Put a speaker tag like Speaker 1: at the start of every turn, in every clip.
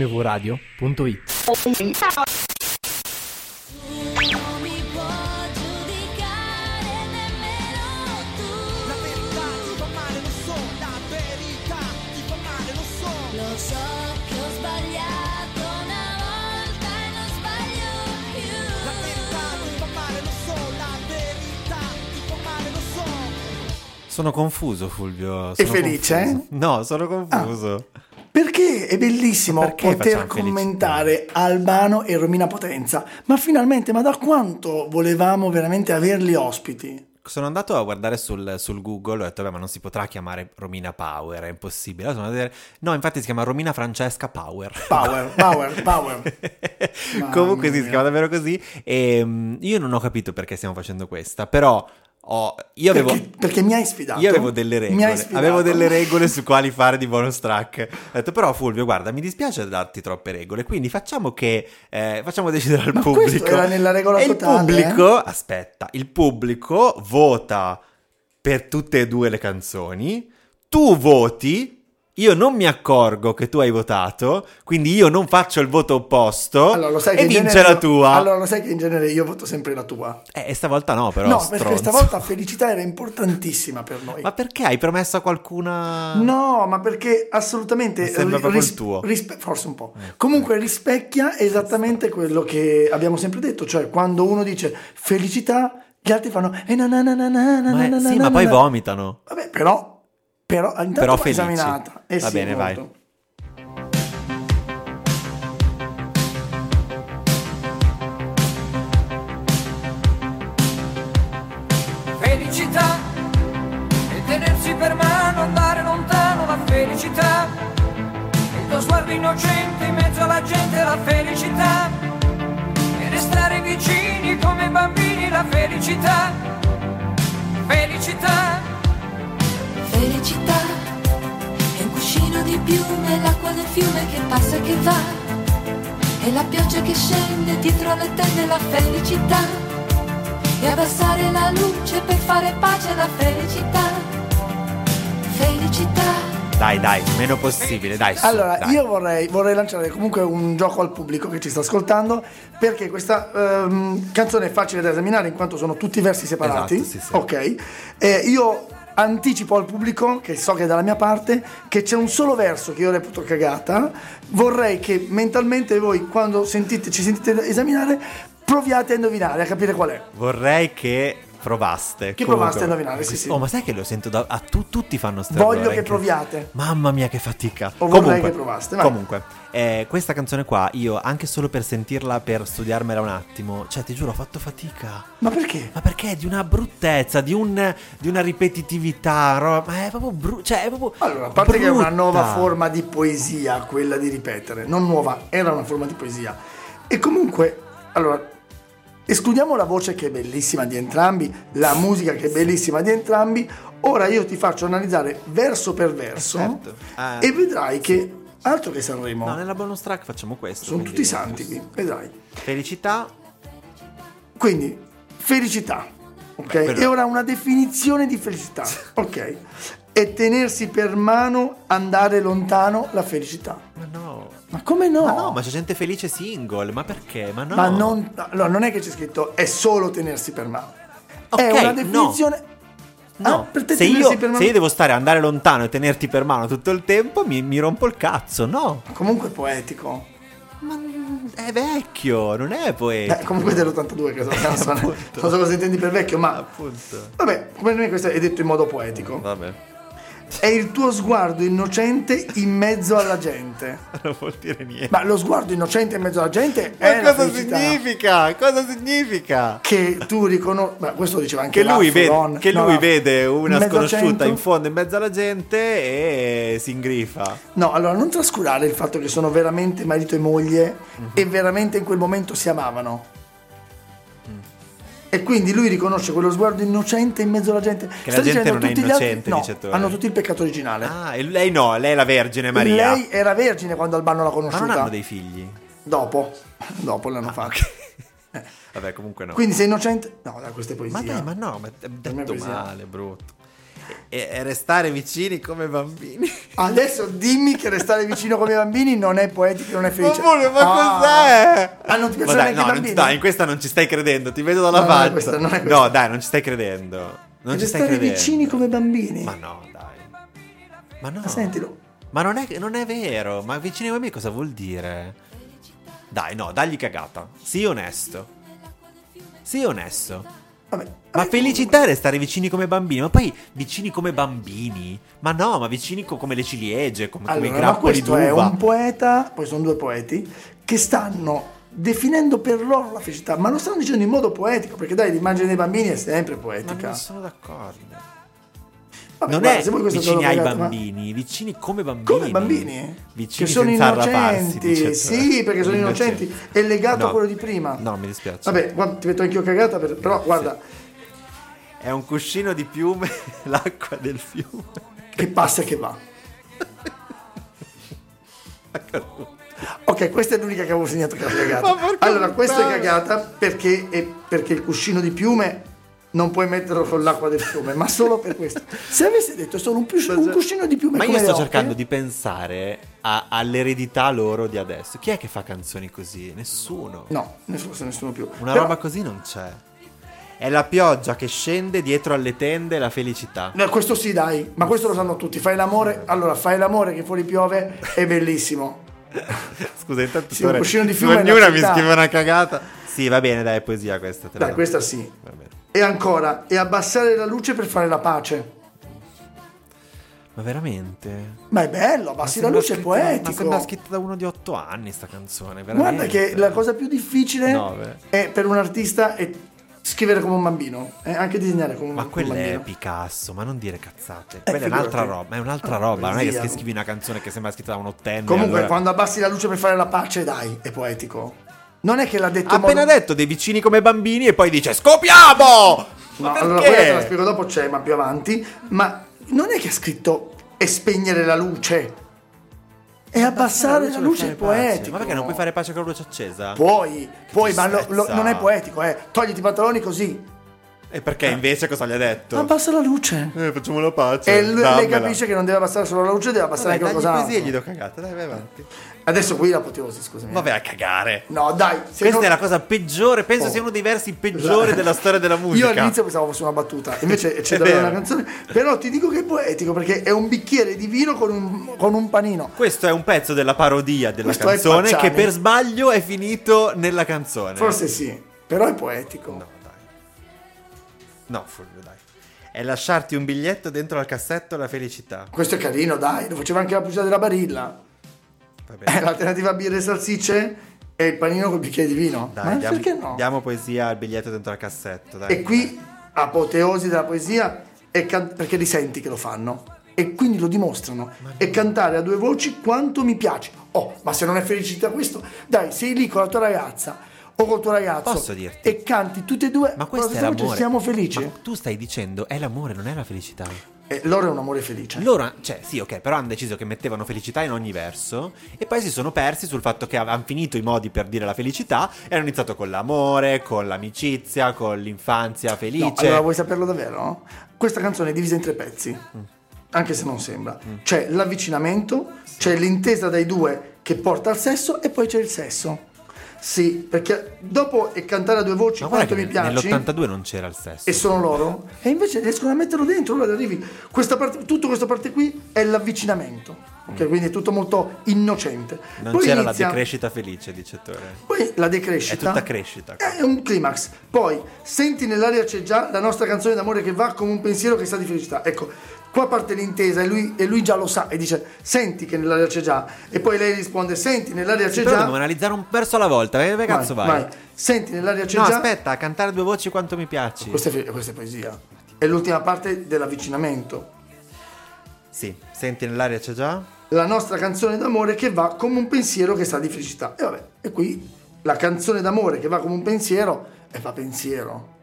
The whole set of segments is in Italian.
Speaker 1: mvradio.it
Speaker 2: Non mi può giudicare nemmeno tu
Speaker 3: La verità ti fa male, lo so, la verità ti fa male, lo so.
Speaker 2: Lo so che ho sbagliato una volta e non sbaglio
Speaker 3: La verità
Speaker 2: più
Speaker 3: ti fa male, lo so, la verità ti fa male, lo so.
Speaker 4: Sono confuso, Fulvio.
Speaker 5: Sei
Speaker 4: sono
Speaker 5: felice? Ah.
Speaker 4: confuso. No, sono confuso.
Speaker 5: Perché è bellissimo
Speaker 4: Perché
Speaker 5: poter
Speaker 4: facciamo felici?
Speaker 5: commentare Albano e Romina Potenza, ma finalmente, ma da quanto volevamo veramente averli ospiti?
Speaker 4: Sono andato a guardare sul, sul Google, ho detto, beh, ma non si potrà chiamare Romina Power, è impossibile. Allora sono andato a vedere- No, infatti si chiama Romina Francesca Power.
Speaker 5: Power, power, power. Mamma
Speaker 4: Comunque sì,
Speaker 5: mia.
Speaker 4: si chiama davvero così. E mm, io non ho capito perché stiamo facendo questa, però ho- io avevo...
Speaker 5: Perché, perché mi hai sfidato.
Speaker 4: Io avevo delle
Speaker 5: Esatto. Mi hai
Speaker 4: regole,
Speaker 5: sfidato.
Speaker 4: avevo delle regole su quali fare di bonus track. Ho detto però Fulvio, guarda, mi dispiace darti troppe regole, quindi facciamo che eh, facciamo decidere al
Speaker 5: Ma questo
Speaker 4: pubblico.
Speaker 5: era nella regola
Speaker 4: e
Speaker 5: totale, eh?
Speaker 4: il pubblico, aspetta, il pubblico vota per tutte e due le canzoni. Tu voti io non mi accorgo che tu hai votato, quindi io non faccio il voto opposto
Speaker 5: Allora, lo sai che
Speaker 4: e
Speaker 5: in
Speaker 4: vince
Speaker 5: genere-
Speaker 4: la tua.
Speaker 5: Allora, lo sai che in genere io voto sempre la tua.
Speaker 4: Eh, e stavolta no, però.
Speaker 5: no, perché
Speaker 4: stronzo.
Speaker 5: stavolta felicità era importantissima per noi.
Speaker 4: Ma perché hai promesso a qualcuna.
Speaker 5: No, ma perché assolutamente
Speaker 4: Mi Ah. sembra
Speaker 5: ri-
Speaker 4: proprio il
Speaker 5: ris-
Speaker 4: tuo. Eh,
Speaker 5: rispe- forse un po'. Comunque rispecchia esattamente quello che abbiamo sempre detto, cioè quando uno dice felicità, gli altri fanno e na na na na na na
Speaker 4: Ma è-
Speaker 5: na na
Speaker 4: sì,
Speaker 5: na
Speaker 4: ma poi
Speaker 5: na".
Speaker 4: vomitano.
Speaker 5: Vabbè, però però intanto
Speaker 4: Però
Speaker 5: va
Speaker 4: felici.
Speaker 5: esaminata. Eh
Speaker 4: Va
Speaker 5: sì,
Speaker 4: bene, vai.
Speaker 5: molto.
Speaker 6: felicità e tenersi per mano, andare lontano la felicità e il tuo sguardo innocente in mezzo alla gente la felicità e restare vicini come bambini la felicità felicità
Speaker 2: Felicità è un cuscino di piume, l'acqua del fiume che passa e che va E la pioggia che scende dietro le tende la felicità E abbassare la luce per fare pace la felicità Felicità
Speaker 4: Dai, dai, meno possibile, dai. su,
Speaker 5: Allora,
Speaker 4: dai.
Speaker 5: io vorrei, vorrei lanciare comunque un gioco al pubblico che ci sta ascoltando, perché questa ehm, canzone è facile da esaminare in quanto sono tutti versi separati.
Speaker 4: Esatto, sì, sì.
Speaker 5: Ok. Eh, io anticipo al pubblico, che so che è dalla mia parte, che c'è un solo verso che io reputo cagata. Vorrei che mentalmente voi, quando sentite- ci sentite esaminare, proviate a indovinare, a capire qual è.
Speaker 4: Vorrei che provaste.
Speaker 5: Che
Speaker 4: comunque.
Speaker 5: provaste a indovinare, sì, sì.
Speaker 4: Oh, ma sai che lo sento da. A tu- tutti fanno strada.
Speaker 5: Voglio che proviate.
Speaker 4: Mamma mia, che fatica.
Speaker 5: O vorrei che provaste, vai.
Speaker 4: Comunque, eh, questa canzone qua, io anche solo per sentirla, per studiarmela un attimo, cioè, ti giuro, ho fatto fatica.
Speaker 5: Ma perché?
Speaker 4: Ma perché è di una bruttezza, di, un, di una ripetitività, roba- ma è proprio brutta. Cioè, è proprio.
Speaker 5: Allora, a parte che è una
Speaker 4: brutta.
Speaker 5: nuova forma di poesia, quella di ripetere, non nuova, era una forma di poesia. E comunque, allora, escludiamo la voce che è bellissima di entrambi, la musica che è bellissima di entrambi, ora io ti faccio analizzare verso per verso
Speaker 4: certo. Ah.
Speaker 5: e vedrai che, altro che Sanremo,
Speaker 4: No, nella bonus track facciamo questo.
Speaker 5: sono
Speaker 4: quindi-
Speaker 5: tutti santi qui, vedrai.
Speaker 4: Felicità.
Speaker 5: Quindi, felicità, ok?
Speaker 4: Beh, quello-
Speaker 5: E ora una definizione di felicità, ok? È tenersi per mano, andare lontano, la felicità.
Speaker 4: Ma no.
Speaker 5: Ma come no?
Speaker 4: Ma no, ma c'è gente felice single, ma perché? Ma no.
Speaker 5: Ma non, no, non è che c'è scritto è solo tenersi per mano. è
Speaker 4: Ok,
Speaker 5: una
Speaker 4: no.
Speaker 5: definizione.
Speaker 4: No,
Speaker 5: Ah, per te
Speaker 4: se,
Speaker 5: tenersi
Speaker 4: io,
Speaker 5: per mano.
Speaker 4: se io devo stare, andare lontano e tenerti per mano tutto il tempo, mi, mi rompo il cazzo, no?
Speaker 5: Comunque è poetico.
Speaker 4: Ma è vecchio, non è poeta.
Speaker 5: Eh, comunque è dell'82 che sono canzone. non so cosa intendi per vecchio, ma.
Speaker 4: Appunto.
Speaker 5: Vabbè, come me questo è detto in modo poetico.
Speaker 4: Vabbè,
Speaker 5: È il tuo sguardo innocente in mezzo alla gente.
Speaker 4: non vuol dire niente.
Speaker 5: Ma lo sguardo innocente in mezzo alla gente
Speaker 4: Ma,
Speaker 5: è la
Speaker 4: cosa
Speaker 5: felicità
Speaker 4: significa? Cosa significa?
Speaker 5: Che tu riconosci. Ma questo diceva anche
Speaker 4: Che lui,
Speaker 5: Raffo,
Speaker 4: vede,
Speaker 5: Ron.
Speaker 4: che
Speaker 5: No,
Speaker 4: lui
Speaker 5: Raffo.
Speaker 4: vede una
Speaker 5: Mezzo
Speaker 4: sconosciuta
Speaker 5: cento.
Speaker 4: in fondo in mezzo alla gente e si ingrifa.
Speaker 5: No, allora non trascurare il fatto che sono veramente marito e moglie
Speaker 4: Mhm.
Speaker 5: e veramente in quel momento si amavano.
Speaker 4: Mm.
Speaker 5: E quindi lui riconosce quello sguardo innocente in mezzo alla gente.
Speaker 4: Che la gente
Speaker 5: dicendo
Speaker 4: non è
Speaker 5: tutti gli altri-
Speaker 4: innocente,
Speaker 5: no,
Speaker 4: dice Tore.
Speaker 5: hanno tutti il peccato originale.
Speaker 4: Ah, e lei no, lei è la Vergine Maria.
Speaker 5: Eh. Lei era vergine quando Albano l'ha
Speaker 4: Ma
Speaker 5: conosciuta.
Speaker 4: non hanno dei figli.
Speaker 5: Dopo, dopo l'hanno fatto.
Speaker 4: Vabbè, comunque no.
Speaker 5: Quindi sei innocente? No, da queste poesie.
Speaker 4: Ma dai, ma no, ma è detto
Speaker 5: poesia.
Speaker 4: male, brutto. e, e restare vicini come bambini.
Speaker 5: Adesso dimmi che restare vicino come i bambini non è poetico, non è felice.
Speaker 4: Amore, ma
Speaker 5: Ah.
Speaker 4: cos'è?
Speaker 5: Ah, non ti
Speaker 4: Ma
Speaker 5: piacciono
Speaker 4: dai,
Speaker 5: neanche
Speaker 4: no,
Speaker 5: i
Speaker 4: non
Speaker 5: bambini?
Speaker 4: ti- dai, in questa non ci stai credendo, ti vedo dalla
Speaker 5: No, non è
Speaker 4: faccia.
Speaker 5: questa, non è questa.
Speaker 4: No, dai, non ci stai credendo. Non ci stai
Speaker 5: restare
Speaker 4: credendo.
Speaker 5: vicini come bambini.
Speaker 4: Ma
Speaker 5: Ma,
Speaker 4: no, dai. Ma no.
Speaker 5: Ah, sentilo.
Speaker 4: Ma non è, non è vero, ma vicini ai bambini cosa vuol dire? Dai, no, dagli cagata. Sii onesto. Sii onesto.
Speaker 5: Vabbè.
Speaker 4: Ma
Speaker 5: Vabbè,
Speaker 4: felicità è restare vicini come bambini, ma poi vicini come bambini? Ma no, ma vicini co- come le ciliegie, come, come i
Speaker 5: Allora, ma
Speaker 4: grappoli
Speaker 5: questo è
Speaker 4: d'uva.
Speaker 5: un poeta, poi sono due poeti, che stanno definendo per loro la felicità, ma lo stanno dicendo in modo poetico, perché dai, l'immagine dei bambini è sempre
Speaker 4: Ma
Speaker 5: poetica.
Speaker 4: non sono d'accordo.
Speaker 5: Vabbè,
Speaker 4: non
Speaker 5: guarda,
Speaker 4: è
Speaker 5: se voi questo te lo
Speaker 4: vicini ai
Speaker 5: pagate, ma-
Speaker 4: bambini, vicini come bambini.
Speaker 5: Come bambini?
Speaker 4: Vicini
Speaker 5: che sono
Speaker 4: senza arraparsi, dice
Speaker 5: innocenti, sì, perché sono innocenti. È legato
Speaker 4: No.
Speaker 5: a quello di prima.
Speaker 4: No, mi dispiace.
Speaker 5: Vabbè, guarda, ti metto anch'io cagata, per- però
Speaker 4: Sì.
Speaker 5: guarda,
Speaker 4: È un cuscino di piume, l'acqua del fiume.
Speaker 5: che passa e che va. Ok, questa è l'unica che avevo segnato che era
Speaker 4: Ma
Speaker 5: cagata.
Speaker 4: porca
Speaker 5: Allora, questa è
Speaker 4: puttana.
Speaker 5: cagata perché, è- perché il cuscino di piume non puoi metterlo con l'acqua del fiume, ma solo per questo. Se avessi detto sono un, pius- un cuscino di piume
Speaker 4: Ma io
Speaker 5: come Eh? le
Speaker 4: sto
Speaker 5: oche,
Speaker 4: cercando di pensare a- all'eredità loro di adesso. Chi è che fa canzoni così? Nessuno.
Speaker 5: No, nessuno, nessuno più.
Speaker 4: Una
Speaker 5: Però-
Speaker 4: roba così non c'è. È la pioggia che scende dietro alle tende la felicità.
Speaker 5: No, questo sì, dai, ma questo lo sanno tutti. Fai l'amore, allora fai l'amore che fuori piove, è bellissimo.
Speaker 4: Scusa, intanto
Speaker 5: Sì, un
Speaker 4: Tore,
Speaker 5: cuscino di
Speaker 4: su
Speaker 5: fiume è una
Speaker 4: ognuna mi
Speaker 5: città.
Speaker 4: scrive una cagata. Sì, va bene, dai, è poesia questa. Te la
Speaker 5: Dai,
Speaker 4: do.
Speaker 5: questa sì.
Speaker 4: Va bene.
Speaker 5: E ancora, e abbassare la luce per fare la pace.
Speaker 4: Ma veramente?
Speaker 5: Ma è bello, abbassi la luce, è
Speaker 4: Ma
Speaker 5: poetico.
Speaker 4: sembra scritta da uno di otto anni sta canzone, veramente.
Speaker 5: Guarda che la cosa più difficile
Speaker 4: Nove.
Speaker 5: è per un artista è scrivere come un bambino, e anche disegnare come un,
Speaker 4: Ma
Speaker 5: come un
Speaker 4: quella è
Speaker 5: bambino. Eh,
Speaker 4: Picasso, ma non dire cazzate. quella è
Speaker 5: figurati.
Speaker 4: un'altra roba, è un'altra
Speaker 5: Ah,
Speaker 4: roba. Non è che
Speaker 5: poesia.
Speaker 4: se scrivi una canzone che sembra scritta da un ottenne.
Speaker 5: Comunque,
Speaker 4: allora-
Speaker 5: quando abbassi la luce per fare la pace, dai, è poetico. Non è che l'ha detto
Speaker 4: Ha
Speaker 5: in modo-
Speaker 4: appena detto dei vicini come bambini e poi dice scopiamo!
Speaker 5: No,
Speaker 4: Ma
Speaker 5: allora
Speaker 4: perché?
Speaker 5: quella te la spiego dopo, c'è, ma più avanti. Ma non è che ha scritto e spegnere la luce. E abbassare la luce è
Speaker 4: per fare pace.
Speaker 5: poetico.
Speaker 4: Ma perché non puoi fare pace con la luce accesa?
Speaker 5: Puoi, puoi, ma lo- lo-
Speaker 4: tristezza.
Speaker 5: non è poetico, eh. Togliti i pantaloni così.
Speaker 4: e perché
Speaker 5: Eh.
Speaker 4: invece cosa gli ha detto?
Speaker 5: Abbassa la luce.
Speaker 4: Eh, facciamo la pace.
Speaker 5: E lui, lei
Speaker 4: dammela.
Speaker 5: capisce che non deve abbassare solo la luce, deve abbassare
Speaker 4: Vabbè,
Speaker 5: anche
Speaker 4: dagli
Speaker 5: qualcosa.
Speaker 4: poesie, gli do cagata, dai, vai avanti.
Speaker 5: Eh. Adesso qui l'apoteosi, scusami.
Speaker 4: Vabbè, a cagare.
Speaker 5: No, dai. se
Speaker 4: Questa
Speaker 5: non-
Speaker 4: è la cosa peggiore, penso
Speaker 5: Oh. Esatto.
Speaker 4: sia uno dei versi peggiori della storia della musica.
Speaker 5: Io all'inizio pensavo fosse una battuta, invece c'è
Speaker 4: È
Speaker 5: davvero
Speaker 4: vero.
Speaker 5: una canzone. Però ti dico che è poetico perché è un bicchiere di vino con un, con un panino.
Speaker 4: Questo è un pezzo della parodia della
Speaker 5: Questo è
Speaker 4: canzone
Speaker 5: Pacciani.
Speaker 4: che per sbaglio è finito nella canzone.
Speaker 5: Forse sì, però è poetico.
Speaker 4: No, dai. No, Fulvio, dai. È lasciarti un biglietto dentro al cassetto la felicità.
Speaker 5: Questo è carino, dai, lo faceva anche la pugia della barilla.
Speaker 4: Va bene.
Speaker 5: Eh, L'alternativa a birra e salsicce è il panino col bicchiere di vino.
Speaker 4: Dai,
Speaker 5: Ma
Speaker 4: diamo,
Speaker 5: perché no?
Speaker 4: diamo poesia al biglietto dentro al cassetto, dai.
Speaker 5: E qui, apoteosi della poesia, è can- perché li senti che lo fanno. E quindi lo dimostrano. E cantare a due voci quanto mi piace. Oh, ma se non è felicità questo, dai, sei lì con la tua ragazza o col tuo ragazzo
Speaker 4: Posso dirti?
Speaker 5: e canti tutte e due
Speaker 4: Ma
Speaker 5: con la
Speaker 4: questo è
Speaker 5: stessa voce
Speaker 4: l'amore.
Speaker 5: siamo felici. Certo.
Speaker 4: Ma tu stai dicendo è l'amore, non è la felicità.
Speaker 5: E loro è un amore felice.
Speaker 4: Loro, cioè, sì, ok, però hanno deciso che mettevano felicità in ogni verso e poi si sono persi sul fatto che hanno finito i modi per dire la felicità e hanno iniziato con l'amore, con l'amicizia, con l'infanzia felice.
Speaker 5: No, allora vuoi saperlo davvero? Questa canzone è divisa in tre pezzi,
Speaker 4: Mm.
Speaker 5: anche se non sembra. C'è l'avvicinamento, c'è l'intesa dai due che porta al sesso e poi c'è il sesso. Sì, perché dopo e cantare a due voci
Speaker 4: Ma
Speaker 5: quanto
Speaker 4: guarda
Speaker 5: mi
Speaker 4: che
Speaker 5: piaci
Speaker 4: nell'82 non c'era il sesso.
Speaker 5: e sono loro e invece riescono a metterlo dentro, allora arrivi. Questa parte, tutta questa parte qui è l'avvicinamento, ok? Quindi è tutto molto innocente.
Speaker 4: Mm. Non
Speaker 5: Poi
Speaker 4: c'era
Speaker 5: inizia-
Speaker 4: la decrescita felice, dice Tore.
Speaker 5: poi la decrescita.
Speaker 4: È tutta crescita. ecco.
Speaker 5: È un climax. Poi senti nell'aria c'è già la nostra canzone d'amore che va come un pensiero che sa di felicità. Ecco, qua parte l'intesa e lui, e lui già lo sa e dice senti che nell'aria c'è già. E poi lei risponde senti nell'aria c'è
Speaker 4: Però
Speaker 5: già.
Speaker 4: dobbiamo analizzare un verso alla volta. eh, Dove
Speaker 5: Vai,
Speaker 4: cazzo vai?
Speaker 5: vai. Senti nell'aria c'è
Speaker 4: No,
Speaker 5: già.
Speaker 4: aspetta, cantare due voci quanto mi piaci.
Speaker 5: Questa è, fe- questa è poesia. È l'ultima parte dell'avvicinamento.
Speaker 4: Sì, senti nell'aria c'è già.
Speaker 5: La nostra canzone d'amore che va come un pensiero che sa di felicità. E vabbè, e qui la canzone d'amore che va come un pensiero e fa pensiero.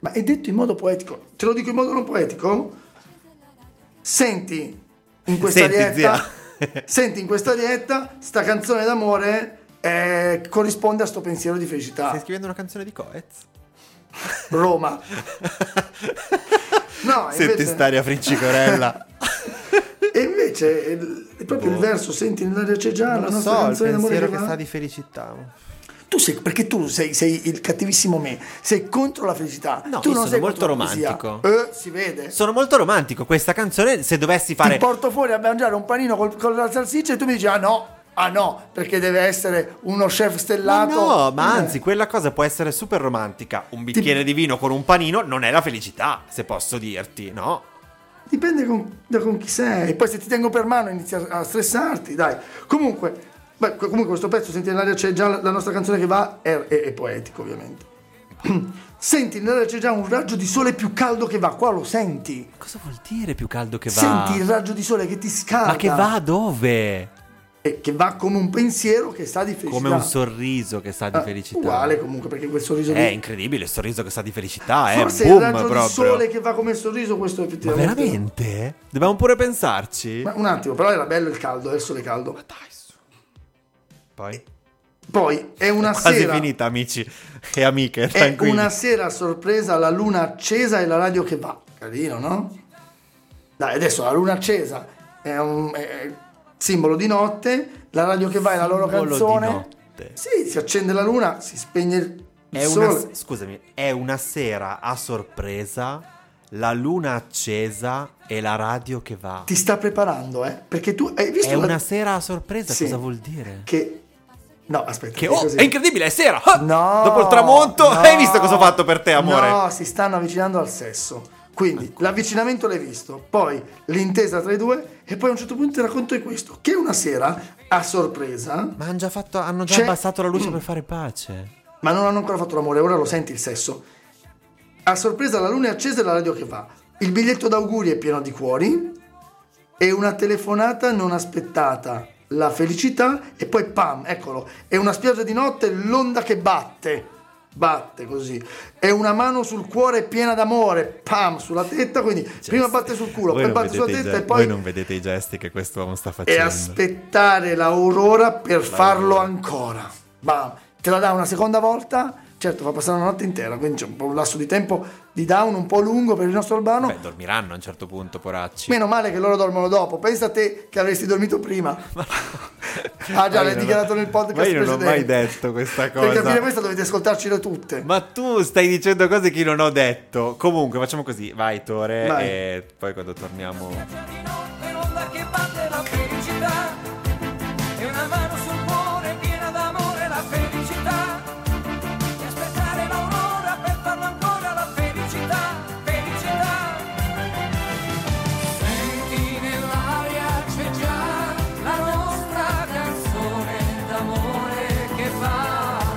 Speaker 5: Ma è detto in modo poetico. Te lo dico in modo non poetico? Senti in questa
Speaker 4: Senti,
Speaker 5: arietta,
Speaker 4: zia.
Speaker 5: senti in questa arietta, sta canzone d'amore eh, corrisponde a sto pensiero di felicità.
Speaker 4: Stai scrivendo una canzone di Coez?
Speaker 5: Roma. No,
Speaker 4: Senti
Speaker 5: invece-
Speaker 4: stare friccicorella.
Speaker 5: E invece è l- è proprio il verso, senti nell'aria c'è già
Speaker 4: Boh. Ah, non
Speaker 5: la
Speaker 4: lo
Speaker 5: nostra
Speaker 4: so, il
Speaker 5: canzone d'amore
Speaker 4: pensiero
Speaker 5: che
Speaker 4: che
Speaker 5: va.
Speaker 4: sta di felicità.
Speaker 5: Tu sei, perché tu sei, sei il cattivissimo me, sei contro la felicità.
Speaker 4: No,
Speaker 5: tu
Speaker 4: io sono
Speaker 5: non sei
Speaker 4: molto
Speaker 5: contro la poesia.
Speaker 4: romantico.
Speaker 5: Eh, si vede.
Speaker 4: Sono molto romantico questa canzone, se dovessi fare...
Speaker 5: Ti porto fuori a mangiare un panino col- con la salsiccia e tu mi dici ah no, ah no, perché deve essere uno chef
Speaker 4: Ma
Speaker 5: stellato.
Speaker 4: no, ma
Speaker 5: Eh.
Speaker 4: anzi, quella cosa può essere super romantica. Un bicchiere di vino con un panino non è la felicità, se posso dirti, no?
Speaker 5: Dipende con- da con chi sei. E poi se ti tengo per mano inizi a, a stressarti, dai. Comunque, beh, co- comunque questo pezzo, Senti nell'aria c'è già la, la nostra canzone che va, è, è- è poetico ovviamente. senti nell'aria c'è già un raggio di sole più caldo che va, qua lo senti.
Speaker 4: Cosa vuol dire più caldo che va?
Speaker 5: Senti il raggio di sole che ti scalda.
Speaker 4: ma che va dove?
Speaker 5: E che va come un pensiero che sta di felicità.
Speaker 4: Come un sorriso che sa di
Speaker 5: Ah,
Speaker 4: felicità.
Speaker 5: Uguale comunque, perché quel sorriso
Speaker 4: È
Speaker 5: lì...
Speaker 4: incredibile il sorriso che sa di felicità,
Speaker 5: Forse
Speaker 4: Eh, è
Speaker 5: è
Speaker 4: boom
Speaker 5: il raggio
Speaker 4: proprio.
Speaker 5: di sole che va come il sorriso, questo
Speaker 4: Ma
Speaker 5: effettivamente.
Speaker 4: veramente? Dobbiamo pure pensarci?
Speaker 5: Ma un attimo, però era bello il caldo, adesso sole caldo.
Speaker 4: Dai, su. Poi
Speaker 5: Poi è una
Speaker 4: quasi
Speaker 5: sera.
Speaker 4: finita, amici e amiche,
Speaker 5: È
Speaker 4: tranquilli.
Speaker 5: una sera a sorpresa, la luna accesa e la radio che va. Carino, no? Dai, adesso la luna accesa è un è simbolo di notte, la radio che va è la loro
Speaker 4: Simbolo di
Speaker 5: canzone.
Speaker 4: notte.
Speaker 5: Sì, si accende la luna, si spegne il
Speaker 4: È
Speaker 5: sole.
Speaker 4: una, scusami, è una sera a sorpresa, la luna accesa e la radio che va.
Speaker 5: Ti sta preparando, eh? Perché tu hai visto
Speaker 4: È
Speaker 5: la-
Speaker 4: una sera a sorpresa,
Speaker 5: Sì.
Speaker 4: cosa vuol dire?
Speaker 5: che no, aspetta,
Speaker 4: Che,
Speaker 5: è
Speaker 4: oh,
Speaker 5: così.
Speaker 4: è incredibile, è sera! Ah!
Speaker 5: No,
Speaker 4: Dopo il tramonto,
Speaker 5: no,
Speaker 4: hai visto cosa ho fatto per te, amore? Ecco.
Speaker 5: No, si stanno avvicinando al sesso. Quindi l'avvicinamento l'hai visto, poi l'intesa tra i due e poi a un certo punto ti racconto di questo, che una sera, a sorpresa,
Speaker 4: Ma han già fatto- hanno già
Speaker 5: C'è- Mm.
Speaker 4: abbassato la luce per fare pace.
Speaker 5: ma non hanno ancora fatto l'amore, ora lo senti il sesso, a sorpresa la luna è accesa e la radio che va, il biglietto d'auguri è pieno di cuori e una telefonata non aspettata, la felicità e poi pam, eccolo, è una spiaggia di notte, l'onda che batte, batte così, è una mano sul cuore piena d'amore, pam, sulla tetta, quindi prima batte sul culo,
Speaker 4: Cioè, Voi
Speaker 5: poi
Speaker 4: non
Speaker 5: batte sulla
Speaker 4: vedete i
Speaker 5: tetta
Speaker 4: ge-
Speaker 5: e poi...
Speaker 4: voi non vedete i gesti che questo uomo sta
Speaker 5: e
Speaker 4: facendo.
Speaker 5: aspettare l'aurora per farlo ancora. Bam, te la dà una seconda volta. Certo, fa passare una notte intera, quindi c'è un po' un lasso di tempo di down un po' lungo per il nostro Albano.
Speaker 4: Beh, dormiranno a un certo punto, poracci.
Speaker 5: Meno male che loro dormono dopo. Pensa a te che avresti dormito prima. ah, già,
Speaker 4: Ma
Speaker 5: l'hai
Speaker 4: io non-
Speaker 5: dichiarato nel podcast.
Speaker 4: ma io non ho
Speaker 5: precedente.
Speaker 4: mai detto questa cosa.
Speaker 5: Per capire questa dovete ascoltarcele tutte.
Speaker 4: Ma tu stai dicendo cose che io non ho detto. Comunque, facciamo così. Vai, Tore,
Speaker 5: Vai.
Speaker 4: e poi quando torniamo...
Speaker 6: Spiaggia di notte, l'onda che batte la felicità e una mano sul cuore piena d'amore la felicità e aspettare l'aurora per farlo ancora la felicità felicità senti nell'aria c'è già la nostra canzone d'amore che va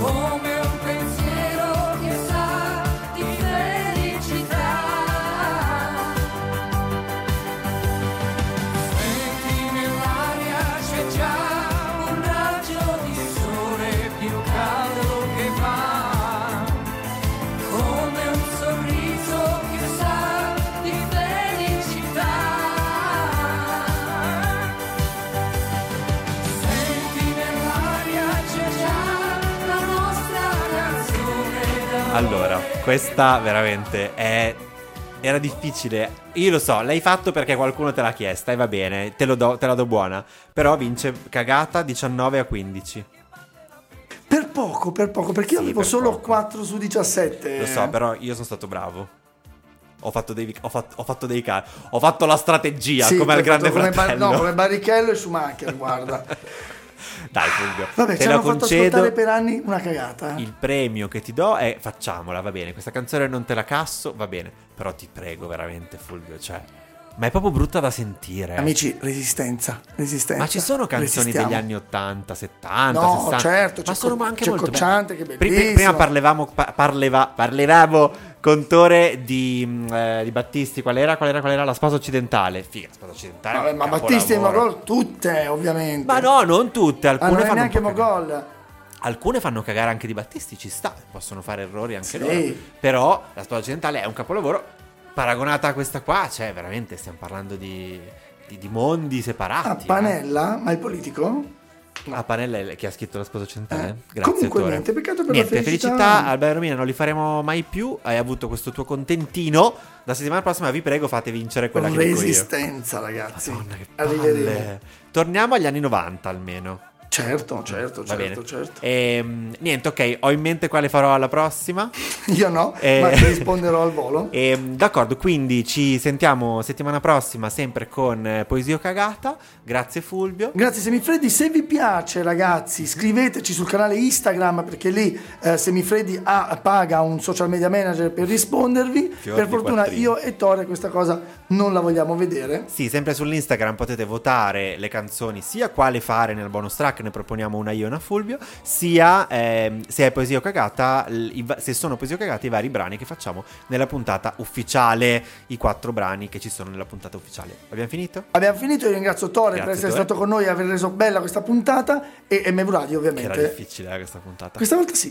Speaker 6: come un pensiero che sa di felicità. Senti nell'aria c'è già un raggio di sole più caldo che va, come un sorriso che sa di felicità. Senti nell'aria c'è già la nostra canzone d'amore.
Speaker 4: Allora, questa veramente è... Era difficile. Io lo so, l'hai fatto perché qualcuno te l'ha chiesta e va bene, te, lo do- te la do buona. Però vince cagata 19 a 15.
Speaker 5: Per poco, per poco, perché io
Speaker 4: Sì,
Speaker 5: avevo
Speaker 4: per
Speaker 5: solo
Speaker 4: poco.
Speaker 5: 4 su 17.
Speaker 4: Lo so, però io sono stato bravo. Ho fatto dei, ho fatto, ho fatto dei cal- Ho fatto la strategia
Speaker 5: Sì,
Speaker 4: come al
Speaker 5: ho fatto
Speaker 4: grande
Speaker 5: come Bar-
Speaker 4: fratello.
Speaker 5: no, come Barrichello e Schumacher, guarda.
Speaker 4: Dai, Fulvio.
Speaker 5: Vabbè,
Speaker 4: te
Speaker 5: ci
Speaker 4: la
Speaker 5: hanno fatto
Speaker 4: concedo.
Speaker 5: ascoltare per anni una cagata. eh.
Speaker 4: Il premio che ti do è facciamola, va bene. Questa canzone non te la casso, va bene. Però ti prego, veramente, Fulvio. Cioè, ma è proprio brutta da sentire.
Speaker 5: Amici, resistenza, resistenza.
Speaker 4: Ma ci sono canzoni
Speaker 5: Resistiamo.
Speaker 4: degli anni 80, 70,
Speaker 5: No,
Speaker 4: 60.
Speaker 5: certo,
Speaker 4: ma
Speaker 5: c'è
Speaker 4: sono
Speaker 5: Co-
Speaker 4: anche
Speaker 5: c'è
Speaker 4: molto
Speaker 5: Cocciante,
Speaker 4: belle.
Speaker 5: che
Speaker 4: Pri-
Speaker 5: bellissimo.
Speaker 4: prima parlevamo pa- parleva- parlevamo con Tore di, mm, eh, di Battisti, qual era? Qual era? Qual era la sposa occidentale? Figa, la sposa occidentale.
Speaker 5: Vabbè, ma
Speaker 4: capolavoro.
Speaker 5: Battisti e Mogol tutte, ovviamente.
Speaker 4: Ma no, non tutte,
Speaker 5: Ah,
Speaker 4: alcune
Speaker 5: non è
Speaker 4: fanno un
Speaker 5: neanche
Speaker 4: po' cagare.
Speaker 5: Mogol. Ah,
Speaker 4: Alcune fanno cagare anche di Battisti, ci sta, possono fare errori anche
Speaker 5: Sì.
Speaker 4: loro. Però la spada occidentale è un capolavoro paragonata a questa qua, cioè veramente stiamo parlando di, di- di mondi
Speaker 5: Ah,
Speaker 4: separati. eh.
Speaker 5: Panella, ma il politico?
Speaker 4: Ah, Panella è- che ha scritto la sposa centrale.
Speaker 5: Eh,
Speaker 4: Grazie.
Speaker 5: comunque
Speaker 4: Ettore.
Speaker 5: niente, peccato per la
Speaker 4: Niente,
Speaker 5: felicità.
Speaker 4: Alberto Romina, non li faremo mai più. Hai avuto questo tuo contentino. La settimana prossima vi prego fate vincere quella che dico io.
Speaker 5: Resistenza, ragazzi.
Speaker 4: Madonna, che
Speaker 5: Arrivederemo.
Speaker 4: palle. Torniamo agli anni 90 almeno.
Speaker 5: Certo, certo,
Speaker 4: Va
Speaker 5: certo,
Speaker 4: bene.
Speaker 5: certo.
Speaker 4: Ehm, niente, ok, ho in mente quale farò alla prossima.
Speaker 5: Io no,
Speaker 4: Eh,
Speaker 5: ma ti risponderò al volo.
Speaker 4: ehm, d'accordo, quindi ci sentiamo settimana prossima sempre con eh, Poesia o Cagata. Grazie Fulvio.
Speaker 5: Grazie Semifreddi, se vi piace ragazzi iscriveteci sul canale Instagram perché lì eh, Semifreddi ha- paga un social media manager per rispondervi.
Speaker 4: Fior
Speaker 5: per
Speaker 4: di
Speaker 5: fortuna
Speaker 4: quattrini.
Speaker 5: io e Tore questa cosa non la vogliamo vedere.
Speaker 4: Sì, sempre sull'Instagram potete votare le canzoni sia quale fare nel bonus track, ne proponiamo una io e una Fulvio, sia ehm, se è poesia o cagata, l- i va- se sono poesia o cagata i vari brani che facciamo nella puntata ufficiale, i quattro brani che ci sono nella puntata ufficiale. Abbiamo finito?
Speaker 5: Abbiamo finito, io ringrazio Tore
Speaker 4: Grazie,
Speaker 5: per essere
Speaker 4: Tore.
Speaker 5: stato con noi e aver reso bella questa puntata e MV Radio
Speaker 4: Era
Speaker 5: ovviamente.
Speaker 4: difficile eh, questa puntata.
Speaker 5: Questa volta sì.